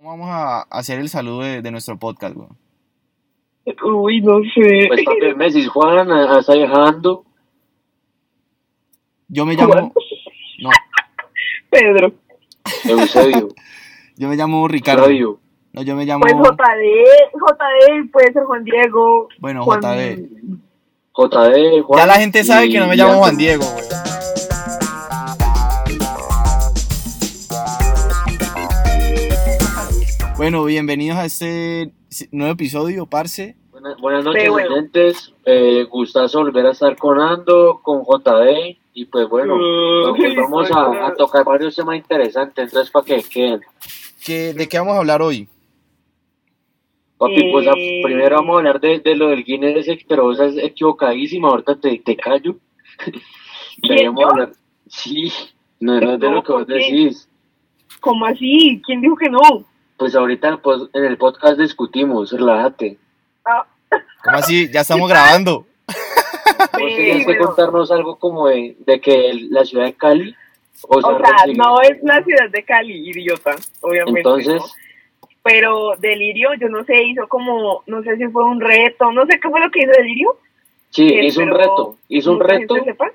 vamos a hacer el saludo de, de nuestro podcast, weón? Uy, no sé. Pues papi, Messi, Juan, ah, está viajando. Yo me llamo. Juan. No, Pedro. Eusebio. yo me llamo Ricardo. Radio. No, yo me llamo. Pues JD, JD, puede ser Juan Diego. Bueno, Juan- JD. JD, Juan. Ya la gente sabe y- que no me y llamo Anthony. Juan Diego, weón. Bueno, bienvenidos a este nuevo episodio, Parce. Buena- Buenas noches, Pero bueno. oyentes. Eh, gustazo volver a estar con Ando, con JD. Y pues bueno, Mm, pues vamos a, a tocar varios temas interesantes. Entonces, para que queden. ¿Qué- ¿De qué vamos a hablar hoy? Papi, pues a- Eh. primero vamos a hablar de, de lo del Guinness, pero esa es equivocadísima. Ahorita te, te callo. Deberíamos yo? hablar- Sí, no, no es de No, lo que vos ¿por qué? decís. ¿Cómo así? ¿Quién dijo que no? Pues ahorita pues, en el podcast discutimos, relájate. Ah, ¿Cómo así? Ya estamos grabando. Vos Sí, tenías Pues, que pero- contarnos algo como de, de que el- la ciudad de Cali. O sea, o sea, recibe- no es la ciudad de Cali, idiota, obviamente. Entonces, ¿no? Pero Delirio, yo no sé, hizo como, no sé si fue un reto, no sé qué fue lo que hizo Delirio. sí, que hizo un espero reto. Hizo un mucha reto. gente sepa.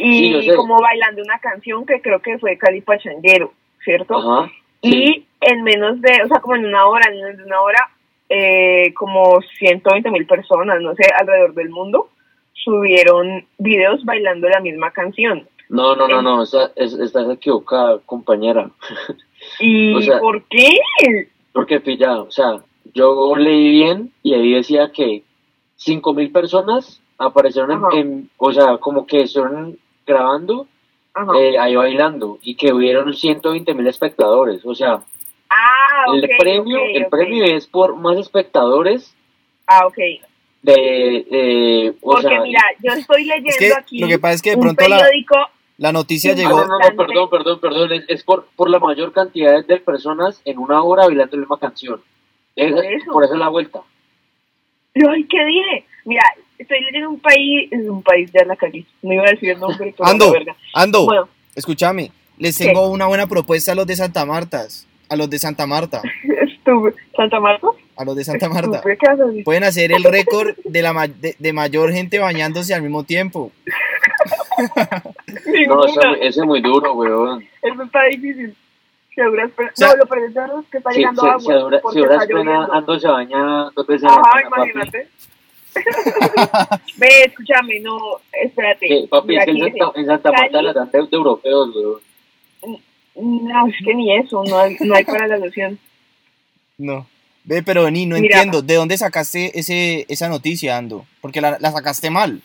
Y Sí, yo sé. como bailando una canción que creo que fue Cali Pachanguero, ¿cierto? Ajá. sí. Y en menos de, o sea, como en una hora, en menos de una hora, eh, como 120 mil personas, no sé, alrededor del mundo, subieron videos bailando la misma canción. No, no, no, no, esa- es- estás equivocada, compañera. ¿Y O sea- por qué? Porque pillado, o sea, yo leí bien y ahí decía que 5.000 personas aparecieron Ajá. en, en- o sea, como que estuvieron grabando, Ajá. eh, ahí bailando, y que hubieron 120.000 espectadores, o sea, ah, el ok, premio, ok, el ok. premio es por más espectadores Ah, ok. de, de- o Porque sea, mira, yo estoy leyendo Es que aquí lo que pasa es que de un pronto la, periódico, la noticia Ah, Ah, no, llegó. no, no, perdón, perdón, perdón, es, es por, por la mayor cantidad de personas en una hora bailando la misma canción. Es- Por eso. por eso es la vuelta. yo, ay, ¿qué dije? Mira, estoy leyendo un país, es un país de la calle, no iba a decir el nombre, pero Ando, la verga. Ando, Bueno, escúchame. Les ¿Qué? tengo una buena propuesta a los de Santa Marta. A los de Santa Marta. estuve, Santa Marta, A los de Santa Marta. estuve, ¿qué haces? Pueden hacer el récord de, la ma- de, de mayor gente bañándose al mismo tiempo. No, eso, Ninguna. es- eso es muy duro, weón. Eso está difícil. Si habrá espera- O sea, no, lo peor es que está Si, llegando si- agua. si habrá- porque si habrá está pena, lloviendo. Ando se baña dos veces a la Ajá, semana, papi. imagínate. Ve, escúchame, no, espérate. Que, papi, Mira, es que aquí en dice, Santa, en Santa Marta Cali- la dan de de europeos, weón. No, es que ni eso, no hay, no hay para la noción. No. Ve, pero vení, no Mira. entiendo. ¿De dónde sacaste ese, esa noticia, Ando? Porque la, la sacaste mal.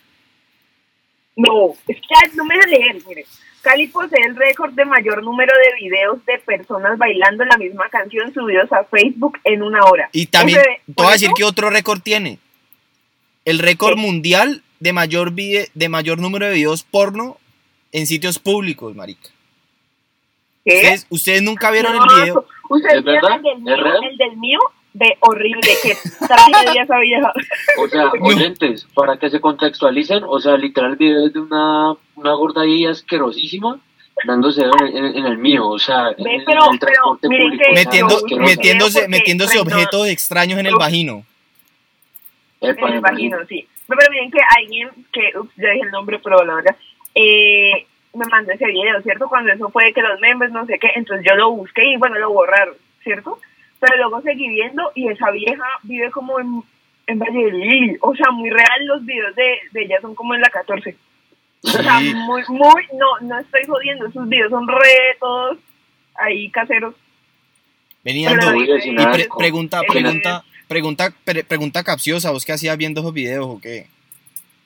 No, es que ay, no me deja leer, mire. Cali posee el récord de mayor número de videos de personas bailando la misma canción subidos a Facebook en una hora. Y también Ese- te por voy a decir eso- que otro récord tiene. El récord ¿Qué? mundial de mayor, vide- de mayor número de videos porno en sitios públicos, marica. ¿Qué? ¿Ustedes, ustedes nunca vieron No, el video. ¿Ustedes ¿Es verdad? vieron El del, ¿Es mío, real? el del mío, de horrible, que tragedia esa vieja. O sea, oyentes, para que se contextualicen, o sea, literal video es de una, una gorda ahí asquerosísima dándose en, en- en el mío, o sea, en, Ve, en pero- el transporte pero miren público. que o sea, Metiendo, no, asquerosa. me- metiéndose porque metiéndose frente a- objetos extraños en el Uf. vagino. Epa, Pues Me me imagino, imagino. sí. Pero, pero miren que alguien, que, ups, ya dije el nombre, pero la verdad, eh, me mandó ese video, ¿cierto? Cuando eso fue que los memes, no sé qué, entonces yo lo busqué y bueno, lo borraron, ¿cierto? Pero luego seguí viendo y esa vieja vive como en, en Valladolid, o sea, muy real, los videos de, de ella son como en la 14. O sea, Sí. muy, muy, no, no estoy jodiendo, esos videos son retos ahí caseros. Vení, Pero Ando. la Uy, vida es es- Y pre- Narco. pregunta, Eh, pregunta, pregunta, pre- pregunta capciosa, ¿vos qué hacías viendo esos videos o qué?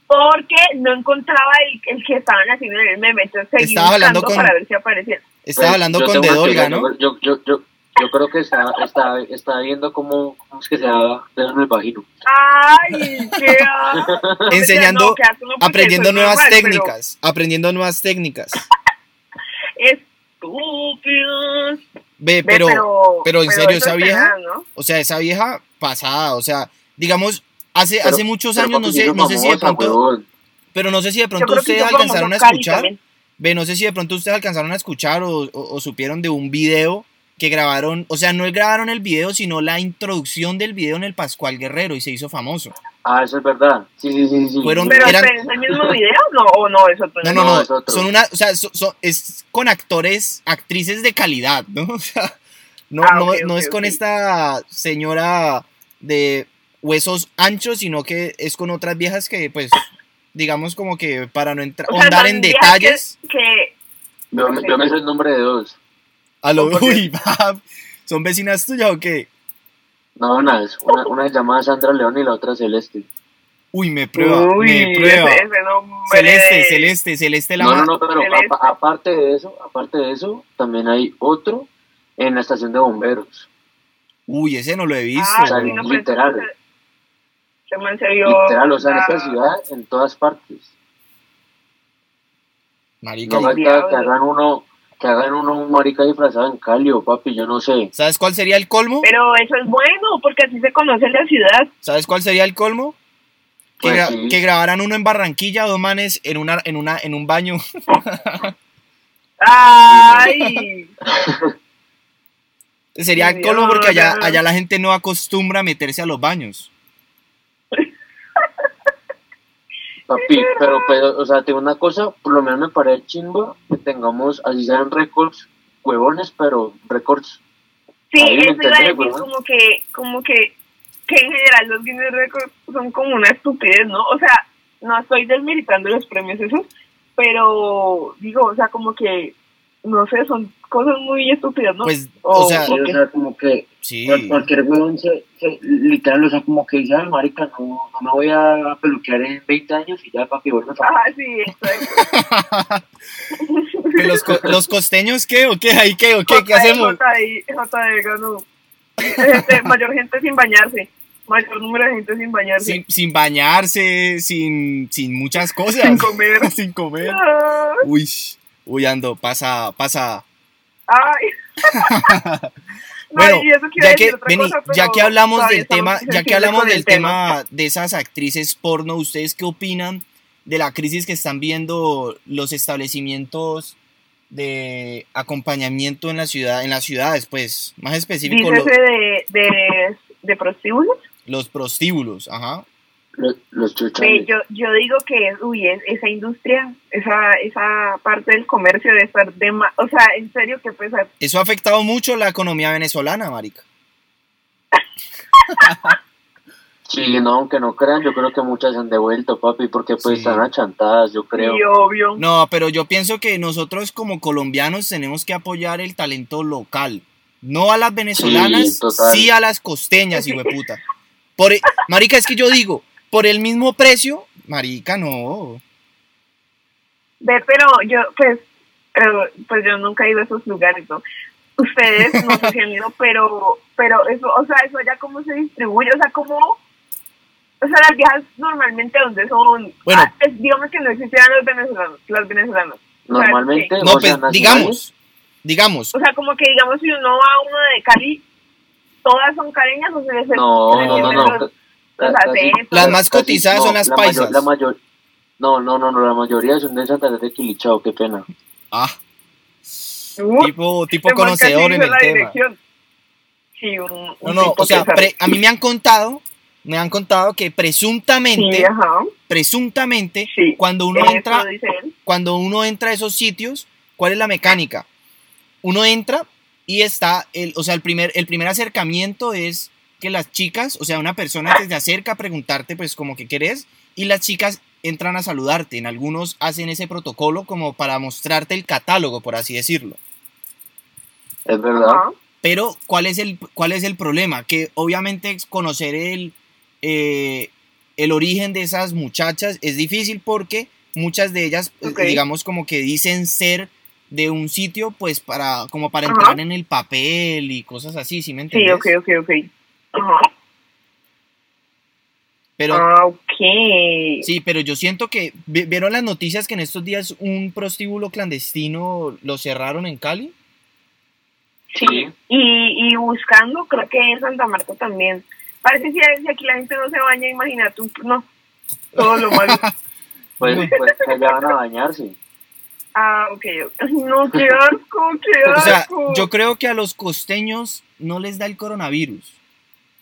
porque no encontraba el, el que estaban haciendo en el meme, entonces seguí Estabas hablando buscando con- para ver si aparecía. Estabas Pues, hablando yo con tengo una Dedolga, teoría, ¿no? Yo, yo, yo, yo creo que está, está, está viendo cómo, cómo es que se da en el vagino. ¡Ay, qué asco! No, Enseñando, no, qué asco, no, porque aprendiendo eso es nuevas normal, técnicas, aprendiendo nuevas técnicas. pero Estúpidos. Ve, Ve, Eh, pero, pero en serio, eso esa es vieja, penal, ¿no? o sea, esa vieja pasada, o sea, digamos, hace, Pero- hace muchos pero años, no papi, sé, hizo no sé si de famosa, pronto, huevón. pero no sé si de Yo pronto creo que ustedes hizo famoso alcanzaron a Cali escuchar, también. ve, no sé si de pronto ustedes alcanzaron a escuchar o, o- o supieron de un video que grabaron, o sea, no grabaron el video, sino la introducción del video en el Pascual Guerrero y se hizo famoso. Ah, eso es verdad. Sí, sí, sí. sí. Fueron- Pero eran- ¿pero ¿es el mismo video no, o no? Eso No, no, no, es otro. son una, o sea, so- so- es con actores, actrices de calidad, ¿no? O sea, no, Ah, no, ok, no ok, es con ok. esta señora de huesos anchos, sino que es con otras viejas que, pues, digamos como que para no entrar, O sea, ahondar son en viejas que- detalles, que Yo, me- yo me sé el nombre de dos. a lo, porque- uy, pap, ¿son vecinas tuyas o qué? No, una es. Una, una se llama Sandra León y la otra Celeste. Uy, me prueba, me Uy, prueba. ese- ese nombre Celeste, de- celeste, celeste la No, ma- no, no, pero Celeste. apa- aparte de eso, aparte de eso, también hay otro en la estación de bomberos. Uy, ese no lo he visto. Ah, o sea, sí, no, pero literal. entonces, se me enseñó Literal, o sea, en la- esta ciudad, en todas partes. Marica, No y- Ay, falta que diablo. hagan uno, que hagan uno un marica disfrazado en Cali o papi, yo no sé. ¿sabes cuál sería el colmo? Pero eso es bueno, porque así se conoce la ciudad. ¿Sabes cuál sería el colmo? Que, Pues gra- sí. que grabaran uno en Barranquilla, dos manes en una, en una, en un baño. Ay, Sería el Dios. colmo porque allá, allá la gente no acostumbra a meterse a los baños. Papi, pero, pero, o sea, tengo una cosa, por lo menos me parece chimba que tengamos, así sean récords, huevones, pero récords. sí, Ahí me eso iba a entendí, decir weón. como que, como que, que en general los Guinness Records son como una estupidez, ¿no? O sea, no estoy desmeritando los premios esos, pero digo, o sea, como que, no sé, son cosas muy estúpidas, ¿no? Oh, Pues, O- o sea, Sí, o sea, como que sí. Cual- Cualquier weón se, se- literal, o sea, como que dice, "Ay, marica, no, no me voy a peluquear en 20 años y ya, papi, vuelve a Ah, sí, exacto. ¿Que los, co- los costeños qué o qué? ¿Ahí qué o qué? ¿Qué E, hacemos? JI, JI E, ganó. Gente- mayor gente sin bañarse. Mayor número de gente sin bañarse. Sin, sin bañarse, sin, sin muchas cosas. Sin comer. sin comer. Ah, Uy, uy, ando, pasa, pasa. Ay. No, Bueno, y eso que iba ya a decir que, otra vení, cosa, pero ya que hablamos todavía del tema, estamos ya que sensibles hablamos con el del tema de esas actrices porno, ¿ustedes qué opinan de la crisis que están viendo los establecimientos de acompañamiento en la ciudad, en las ciudades, pues, más específico lo- Dícese de, de, de prostíbulos. los prostíbulos, ajá. Los, los Ve, chuchales. yo, yo digo que uy, es- esa industria, esa, esa parte del comercio debe estar de ma- O sea, en serio, qué pesar. Eso ha afectado mucho la economía venezolana, marica. Sí, no, aunque no crean, yo creo que muchas se han devuelto, papi, porque pues Sí. están achantadas, yo creo. Y obvio. No, pero yo pienso que nosotros como colombianos tenemos que apoyar el talento local. No a las venezolanas, total. sí, a las costeñas, hijueputa. Por e- marica, es que yo digo, por el mismo precio, marica, no. Ve, pero yo, pues, eh, pues yo nunca he ido a esos lugares, ¿no? Ustedes, no sé si han ido, pero, pero eso, o sea, eso allá cómo se distribuye, o sea, cómo, o sea, las viejas normalmente donde son, Bueno. Ah, pues, digamos que no existieran los venezolanos, las venezolanas. Normalmente, O sea, No, o sea, pues, nacionales, digamos, digamos, sí. O sea, como que digamos, si uno va a uno de Cali, todas son caleñas, o sea, se- se No, no, no, entienden no. los- Ca- los casi- acentos. Las más casi- cotizadas son las la mayor- paisas. la mayor- no, no, no, no, la mayoría son de Santa Fe de Quilichao, qué pena. ah, Uh, tipo, tipo se marca así, conocedor en dice el la tema. dirección. Sí, un, No, un no, tipo o sea, que sabe. pre- a mí me han contado, me han contado que sí, presuntamente, ajá, presuntamente, sí. cuando uno Eso entra dice él. cuando uno entra a esos sitios, ¿cuál es la mecánica? Uno entra y está, el, o sea, el primer, el primer acercamiento es que las chicas, o sea, una persona que se acerca a preguntarte, pues, como que querés, y las chicas entran a saludarte. En algunos hacen ese protocolo como para mostrarte el catálogo, por así decirlo. Es verdad. Ajá. Pero, ¿cuál es el, cuál es el problema? Que obviamente es conocer el, eh, el origen de esas muchachas es difícil porque muchas de ellas, eh, Ok. digamos, como que dicen ser de un sitio, pues, para, como para Ajá. entrar en el papel y cosas así, ¿sí me Sí, entiendes? ok, ok, ok. Ajá. Pero, ah, ok. sí, pero yo siento que, ¿vi- ¿vieron las noticias que en estos días un prostíbulo clandestino lo cerraron en Cali? Sí. Y, y buscando, creo que en Santa Marta también. Parece que si- si aquí la gente no se baña, imagina tú, no. Todo lo malo. Pues, pues que allá van a bañarse. Ah, ok. No, qué asco, qué asco. O sea, yo creo que a los costeños no les da el coronavirus,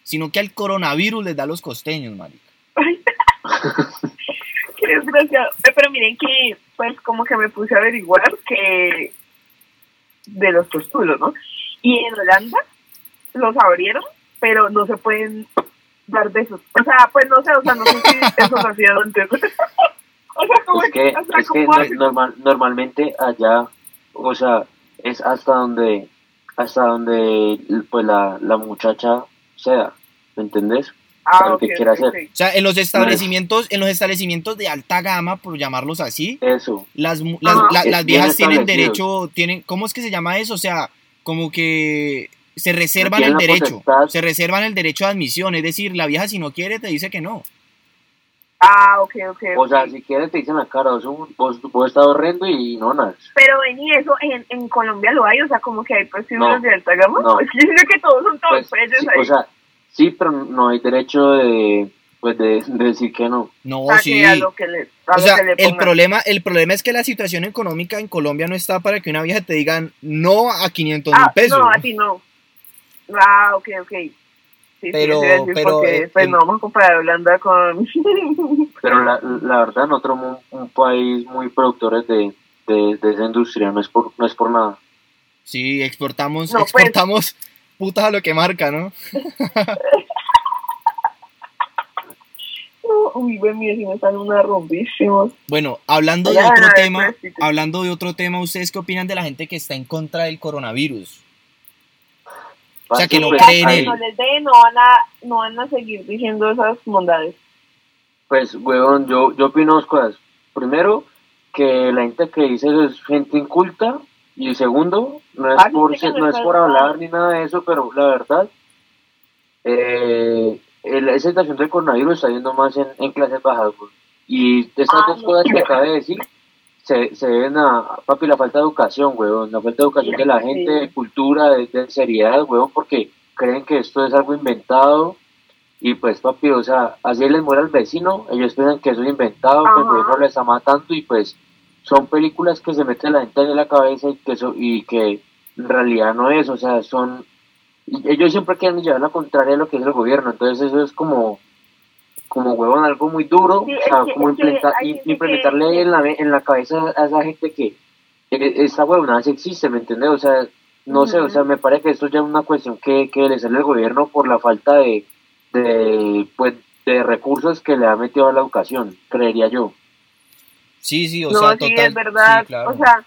sino que al coronavirus les da a los costeños, marica. Qué desgraciado. Eh, Pero miren que, pues, como que me puse a averiguar que de los postulos, ¿no? Y en Holanda los abrieron, pero no se pueden dar besos. O sea, pues no sé, o sea, no sé si eso se hacía antes. o sea, como Es que, o sea, es que ¿cómo no- hacen? normal, normalmente allá, o sea, es hasta donde, hasta donde pues la, la muchacha sea, ¿me entendés? Ah, lo ok, que quiera ok, hacer. ok. O sea, en los establecimientos, en los establecimientos de alta gama, por llamarlos así, Eso, las, mu- las, Ajá. la- Es las bien viejas tienen establecido. derecho, tienen, ¿cómo es que se llama eso? O sea, como que se reservan Tienen el la derecho, potestad. se reservan el derecho de admisión, es decir, la vieja si no quiere te dice que no. Ah, ok, ok. o sea, ok. si quieres te dicen la cara, vos, un- vos, vos estás horrendo y no nas. Pero ven y eso en, en Colombia lo hay, o sea, como que hay prostíbulos No, de alta gama. no. Es que yo creo que todos son todos Pues, precios sí, ahí. o sea, sí, pero no hay derecho de, pues de, de decir que no. No, O sea, sí. que a lo que le, a O lo sea, que le el pongan. problema, el problema es que la situación económica en Colombia no está para que una vieja te digan no a 500 mil Ah, pesos. No, ¿no? a ti no. Ah, ok, ok. Sí, Pero- sí, eso iba a decir pero, porque, eh, pues en- no vamos a comparar Holanda con... Pero la, la verdad, nosotros somos un, un país muy productores de, de, de esa industria, no es por, no es por nada. Sí, exportamos, No, pues. exportamos putas a lo que marca, ¿no? No, Uy, güey, mi vecino está en una rombísima. Bueno, hablando de Ya, otro ya, tema, pues, sí, sí. hablando de otro tema, ¿ustedes qué opinan de la gente que está en contra del coronavirus? O sea, que no Pues, creen en ahí, él. No les dé, no van, a, no van a seguir diciendo esas bondades. Pues, huevón, yo, yo opino dos cosas. Primero, que la gente que dice eso es gente inculta. Y segundo, no es Ah, sí, por, sí, que se- no no es es por verdad. hablar ni nada de eso, pero la verdad, eh, el- esa situación del coronavirus está yendo más en, en clases bajas. güey. Y estas Ah, dos no. cosas que acabé de decir se, se deben a, papi, la falta de educación, huevón. La falta de educación de la Sí. gente, de cultura, de, de seriedad, huevón, porque creen que esto es algo inventado. Y pues, papi, o sea, así les muere al vecino, ellos piensan que eso es inventado, que Ajá. el gobierno les está matando, y pues son películas que se mete la gente en la cabeza y que, eso, y que en realidad no es, o sea, son. y Ellos siempre quieren llevar la contraria de lo que es el gobierno, entonces eso es como, como huevón, algo muy duro, Sí, o sea, es que- como es que hay implenta- im- gente que- implementarle en, la, ve- en la cabeza a esa gente que eh, esta huevonada sí existe, ¿me entiendes? O sea, no sé, Ujú. o sea, me parece que esto ya es una cuestión que, que le sale al gobierno por la falta de de, pues, de recursos que le ha metido a la educación, creería yo. Sí, sí, o no, sea, sí, total. es verdad. sí, claro. O sea,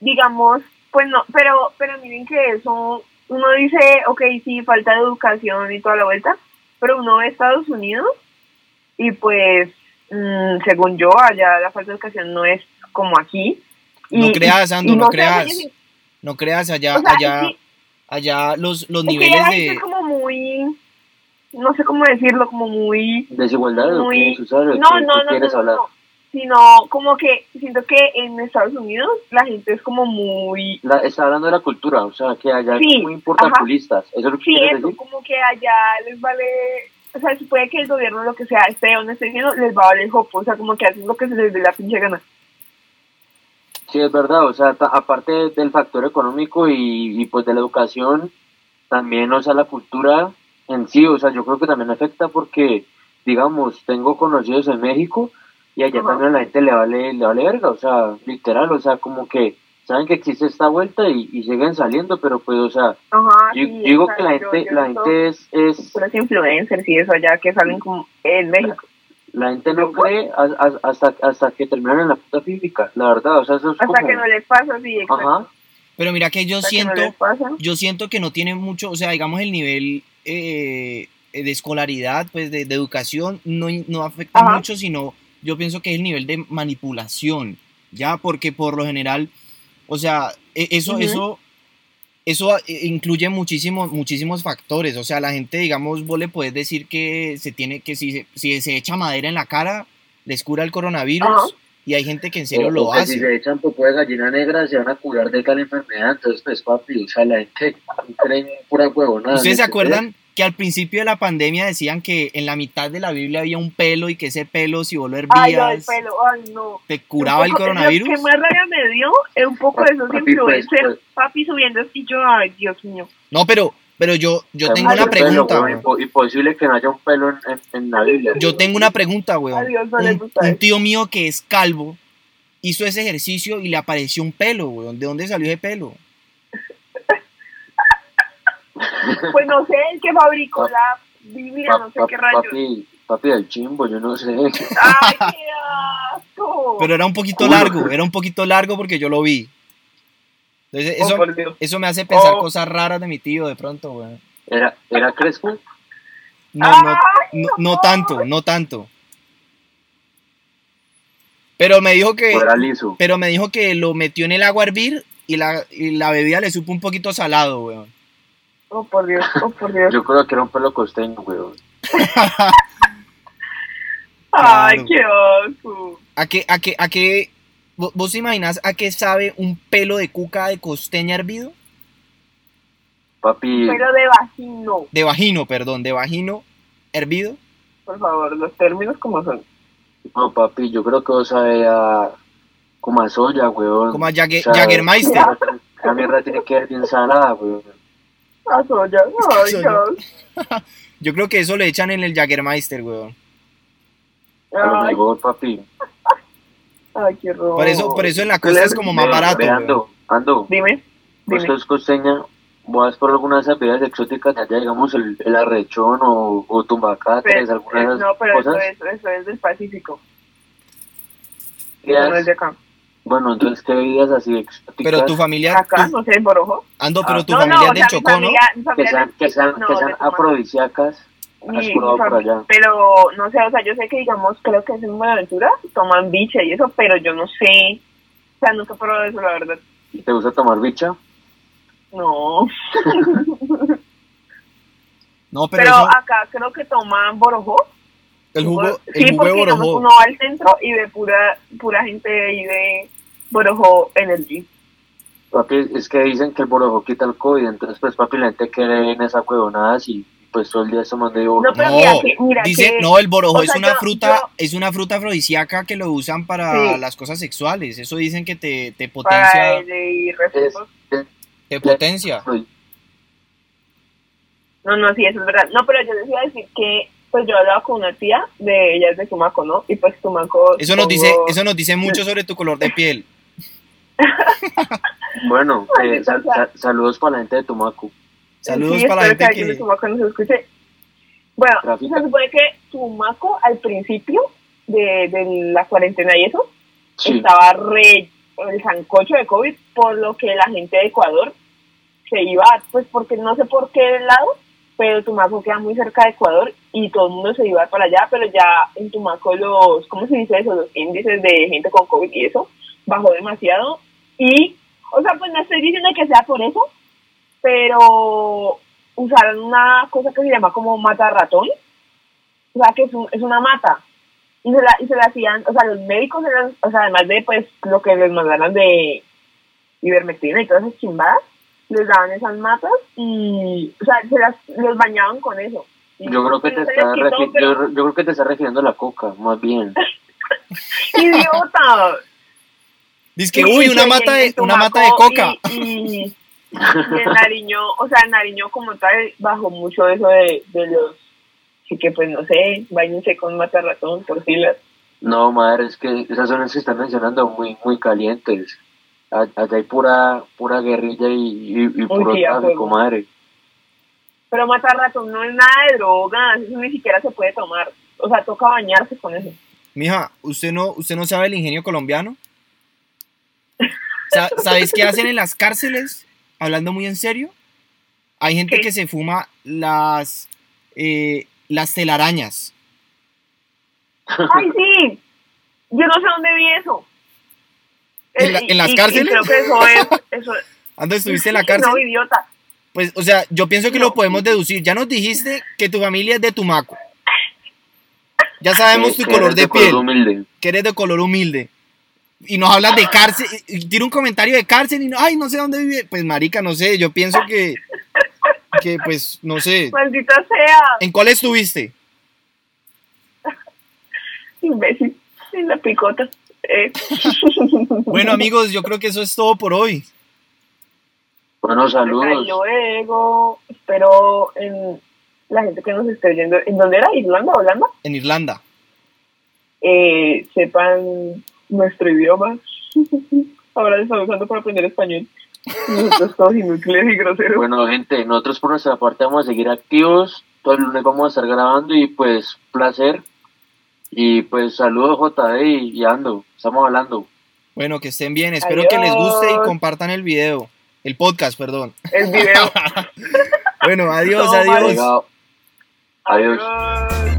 digamos, pues no, pero, pero miren que eso, uno dice, ok, sí, falta de educación y toda la vuelta, pero uno ve Estados Unidos y pues, mm, según yo, allá la falta de educación no es como aquí. Y- no creas, y- Ando, y no, sé, creas. oye, sí, No creas allá, o sea, allá, es que- allá los, los es que ya niveles la gente de. es como muy, no sé cómo decirlo, como muy ¿Desigualdad o qué? muy- ¿Tú sabes de no, qué- no, qué no, quieres no, hablar? no, sino como que siento que en Estados Unidos la gente es como muy, La- está hablando de la cultura, o sea, que allá Sí, son muy importantulistas. ¿Eso es lo que sí, quieres eso, decir? como que allá les vale, o sea, si puede que el gobierno, lo que sea, esté o no esté diciendo, les va a valer jopo, o sea, como que hacen lo que se les dé la pinche gana. Sí, es verdad, o sea, ta- aparte del factor económico y, y, pues de la educación, también, o sea, la cultura en sí, o sea, yo creo que también afecta porque, digamos, tengo conocidos en México y allá Ajá. también a la gente le vale, le vale verga, o sea, literal, o sea, como que saben que existe esta vuelta y, y siguen saliendo, pero pues, o sea, Ajá, Yo, Ah, sí, yo digo o que sea, la yo- gente, yo la he visto gente es, es- puros influencers y eso allá que salen como en México. la gente no cree a- a- hasta, hasta que terminan en la puta física, la verdad, o sea, eso es Hasta como, que no les pasa, sí, exacto. ajá, Pero mira que yo Hasta que no siento, les pasa. yo siento que no tiene mucho, o sea, digamos el nivel eh, de escolaridad, pues de, de educación, no, no afecta Ajá. mucho, sino yo pienso que es el nivel de manipulación, ¿ya? Porque por lo general, o sea, e- eso, Ujú. eso, eso eh, incluye muchísimos, muchísimos factores, o sea, la gente, digamos, vos le puedes decir que se tiene, que si, se- si se echa madera en la cara, les cura el coronavirus, Ajá. y hay gente que en serio lo que hace. si se echan popó de gallina negra se van a curar de tal enfermedad, entonces pues papi, o sea, la gente cree en pura huevonada. ¿Ustedes se ¿me entendés? acuerdan? que al principio de la pandemia decían que en la mitad de la Biblia había un pelo y que ese pelo, si vos lo Ay, lo del hervías, pelo, ay, no. te curaba el Un poco- Lo coronavirus. que más rabia me dio es un poco de esos Papi, pues, influencers, pues. papi subiendo y yo, ay, Dios mío. No, pero, pero yo, yo Hay tengo mucho una Adiós, pelo, pregunta, güey, weón. pues, impo- Imposible que no haya un pelo en, en- en la Biblia. Yo tengo una pregunta, weón. Adiós, no les Un, gusta un eso. tío mío que es calvo hizo ese ejercicio y le apareció un pelo, weón. ¿De dónde salió ese pelo? Pues no sé, el que fabricó la Biblia, Pa- no sé pa- qué rayos. papi, papi del chimbo, yo no sé. Ay, qué asco. Pero era un poquito Culo. largo, era un poquito largo porque yo lo vi. Entonces, Oh, eso, por Dios. eso me hace pensar Oh. cosas raras de mi tío de pronto, weón. ¿Era, era Crespo? No, Ah, no, no, no tanto, no tanto. Pero me dijo que, ¿O era liso? pero me dijo que lo metió en el agua a hervir y la, y la bebida le supo un poquito salado, weón. Oh, por Dios, oh, por Dios. Yo creo que era un pelo costeño, weón. Claro. Ay, qué asco. ¿A qué, a qué, a qué, vo- vos te imaginas a qué sabe un pelo de cuca de costeña hervido? Papi, Pero de vagino, De vagino, perdón, de vagino hervido. por favor, los términos como son. no, papi, yo creo que vos sabía como a soya, weón. Como a Jagge- O sea, Jagermeister. esa mierda- Esa mierda tiene que ver bien salada, weón. La soya, Ah, ay, soya. qué asco. Yo creo que eso le echan en el Jagermeister, weón. A lo Ay, mejor, papi. ay, qué robo. Por eso, por eso en la Pues costa es como más Pues Ve- barato. ve, weón. ando, ando. pues Dime, Vos dime. que es costeña, vas por alguna de esas bebidas exóticas de allá, digamos, el, el arrechón o, o tumbacates, Pero- alguna de esas Pues, eh, no, pero eso cosas. es, eso es del Pacífico. ¿Qué Eso no has- es de acá. Bueno, entonces, ¿qué bebidas así exóticas? Pero tu familia, Acá, tu- no sé, por ojo. ando, pero tu no, familia no, es o del sea, Chocó, mi ¿no? familia, mi que familia sean, que sean, no, que de sean Tucumán. afrodisíacas. Mi- has probado mi fam- por allá. Pero, no sé, o sea, yo sé que, digamos, creo que es en Buenaventura, toman biche y eso, pero yo no sé. O sea, nunca he probado eso, la verdad. ¿Te gusta tomar bicha? No. No, pero, Pero, eso- acá creo que toman borojó. el jugo, sí, el jugo de porque digamos, borojó. uno va al centro y ve pura, pura gente ahí de borojó energy. Papi, es que dicen que el borojo quita el COVID, entonces, pues, papi, la gente cree en esas huevonadas y, pues, todo el día se manda de No, pues, pero No, mira que- mira dice, que- no, el borojó o es sea, una yo- fruta, yo- es una fruta afrodisíaca que lo usan para Sí. las cosas sexuales. Eso dicen que te, te Para potencia, el de Es- refrescos. es- te potencia. Pues, No, no, sí, eso es verdad. No, pero yo les iba a decir que, pues yo hablaba con una tía de ella es de Tumaco, ¿no? Y pues Tumaco. Eso nos dice, supongo- eso nos dice mucho sobre tu color de piel. Bueno, Ay, eh, qué sal- cosa. sal- saludos para la gente de Tumaco. Saludos Sí, para la espero gente alguien de que, Tumaco nos escuche. Bueno, Rafita. se supone que Tumaco al principio de, de la cuarentena y eso Sí, estaba re el sancocho de COVID, por lo que la gente de Ecuador se iba, pues porque no sé por qué del lado, pero Tumaco queda muy cerca de Ecuador y todo el mundo se iba para allá, pero ya en Tumaco los, ¿cómo se dice eso? Los índices de gente con COVID y eso bajó demasiado y, o sea, pues no estoy diciendo que sea por eso, pero usaron una cosa que se llama como mata ratón, o sea, que es, un- es una mata, y se, la, y se la hacían, o sea, los médicos, eran, o sea, además de pues lo que les mandaran de ivermectina y todas esas chimbadas, les daban esas matas y, o sea, se las, los bañaban con eso. Y yo creo que te no se les está quitó, refi- pero- yo, yo creo que te está refiriendo a la coca, más bien. ¡Idiota! dice que, Y- uy, y una que mata de, en una mata de Tumaco coca. Y, y- y en Nariño, o sea, en Nariño como tal bajó mucho eso de, de los... Así que pues no sé, bañense con mata ratón, por filas. No, madre, es que esas zonas que están mencionando muy, muy calientes. A- Allá hay pura, pura guerrilla y, y, y puro día, tráfico, huevo. madre. Pero matar ratón no es nada de drogas, eso ni siquiera se puede tomar. O sea, toca bañarse con eso. Mija, ¿usted no, usted no sabe el ingenio colombiano? Sa- ¿Sabes qué hacen en las cárceles? Hablando muy en serio. Hay gente ¿Qué? que se fuma las, eh, las telarañas. ¡Ay, sí! Yo no sé dónde vi eso. ¿En la- Eh, en las y- y cárceles? creo que eso es... Eso es- ¿Ando estuviste en la cárcel? No, idiota. Pues, o sea, yo pienso que No. lo podemos deducir. Ya nos dijiste que tu familia es de Tumaco. Ya sabemos Que- tu que color eres de color piel, humilde. que eres de color humilde. Y nos hablas de cárcel, y- y tira un comentario de cárcel y no, ay, no sé dónde vive. Pues, marica, no sé, yo pienso que, que pues no sé. Maldita sea. ¿En cuál estuviste? Imbécil. En la picota. Eh. Bueno amigos, yo creo que eso es todo por hoy. Bueno, Hasta saludos. luego. Espero en la gente que nos esté oyendo. ¿En dónde era? ¿Irlanda? ¿Holanda? En Irlanda. eh, sepan nuestro idioma. Ahora lo estamos usando para aprender español. Nosotros todos inútiles y groseros. Bueno, gente, nosotros por nuestra parte vamos a seguir activos. Todo el lunes vamos a estar grabando y pues placer. Y pues saludos JD y, y Ando. Estamos hablando. Bueno, que estén bien. Espero que les guste y Adiós. compartan el video. El podcast, perdón. El video. Bueno, adiós, No, adiós. Mario. Oiga, Adiós. Adiós.